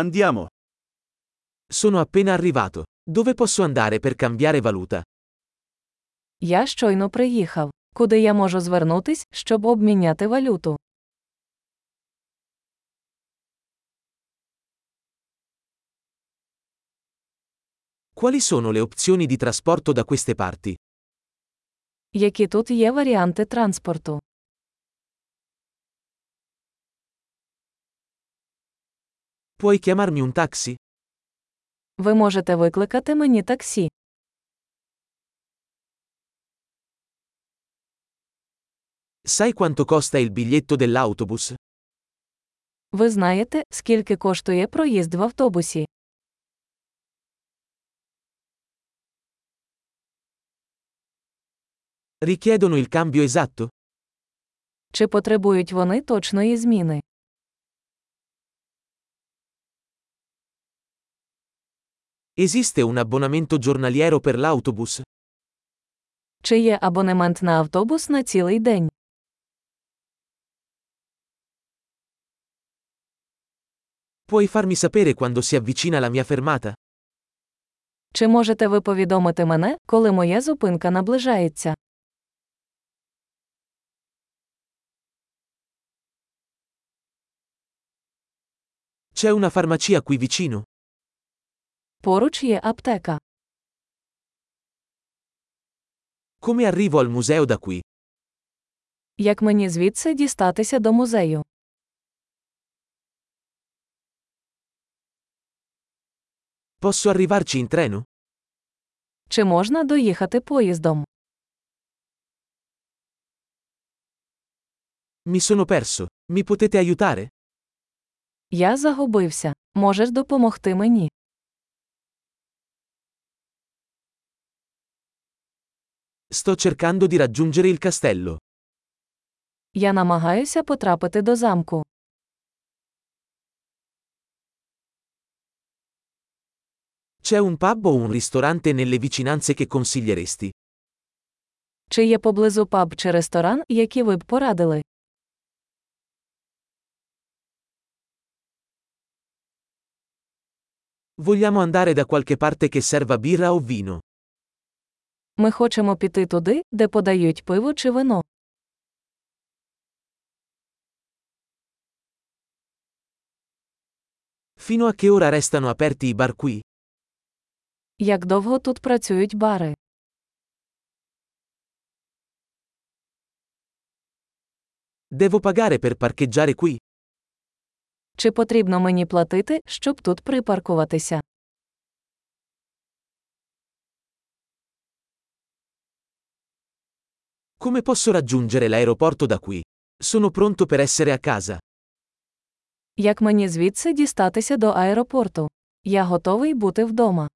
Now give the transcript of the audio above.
Andiamo. Sono appena arrivato. Dove posso andare per cambiare valuta? Я щойно приїхав. Куди я можу звернутись, щоб обміняти валюту? Quali sono le opzioni di trasporto da queste parti? Які тут є варіанти транспорту? Puoi chiamarmi un taxi? Ви можете викликати мені таксі. Sai quanto costa il biglietto dell'autobus? Ви знаєте, скільки коштує проїзд в автобусі? Richiedono il cambio esatto? Чи потребують вони точної зміни? Esiste un abbonamento giornaliero per l'autobus? Чи є абонемент на автобус на цілий день? Puoi farmi sapere quando si avvicina la mia fermata? Чи можете ви повідомити мене, коли моя зупинка наближається? C'è una farmacia qui vicino? Поруч є аптека. Come arrivo al museo da qui? Як мені звідси дістатися до музею? Posso arrivarci in treno? Чи можна доїхати поїздом? Mi sono perso. Mi potete aiutare? Я загубився. Можеш допомогти мені? Sto cercando di raggiungere il castello. Я намагаюся потрапити до замку. C'è un pub o un ristorante nelle vicinanze che consiglieresti? Чи є поблизу паб чи ресторан, які ви б порадили? Vogliamo andare da qualche parte che serva birra o vino. Ми хочемо піти туди, де подають пиво чи вино. Fino a che ora restano aperti i bar qui? Як довго тут працюють бари? Devo pagare per parcheggiare qui? Чи потрібно мені платити, щоб тут припаркуватися? Come posso raggiungere l'aeroporto da qui? Sono pronto per essere a casa. Як мені звідси дістатися до аеропорту? Я готовий бути вдома.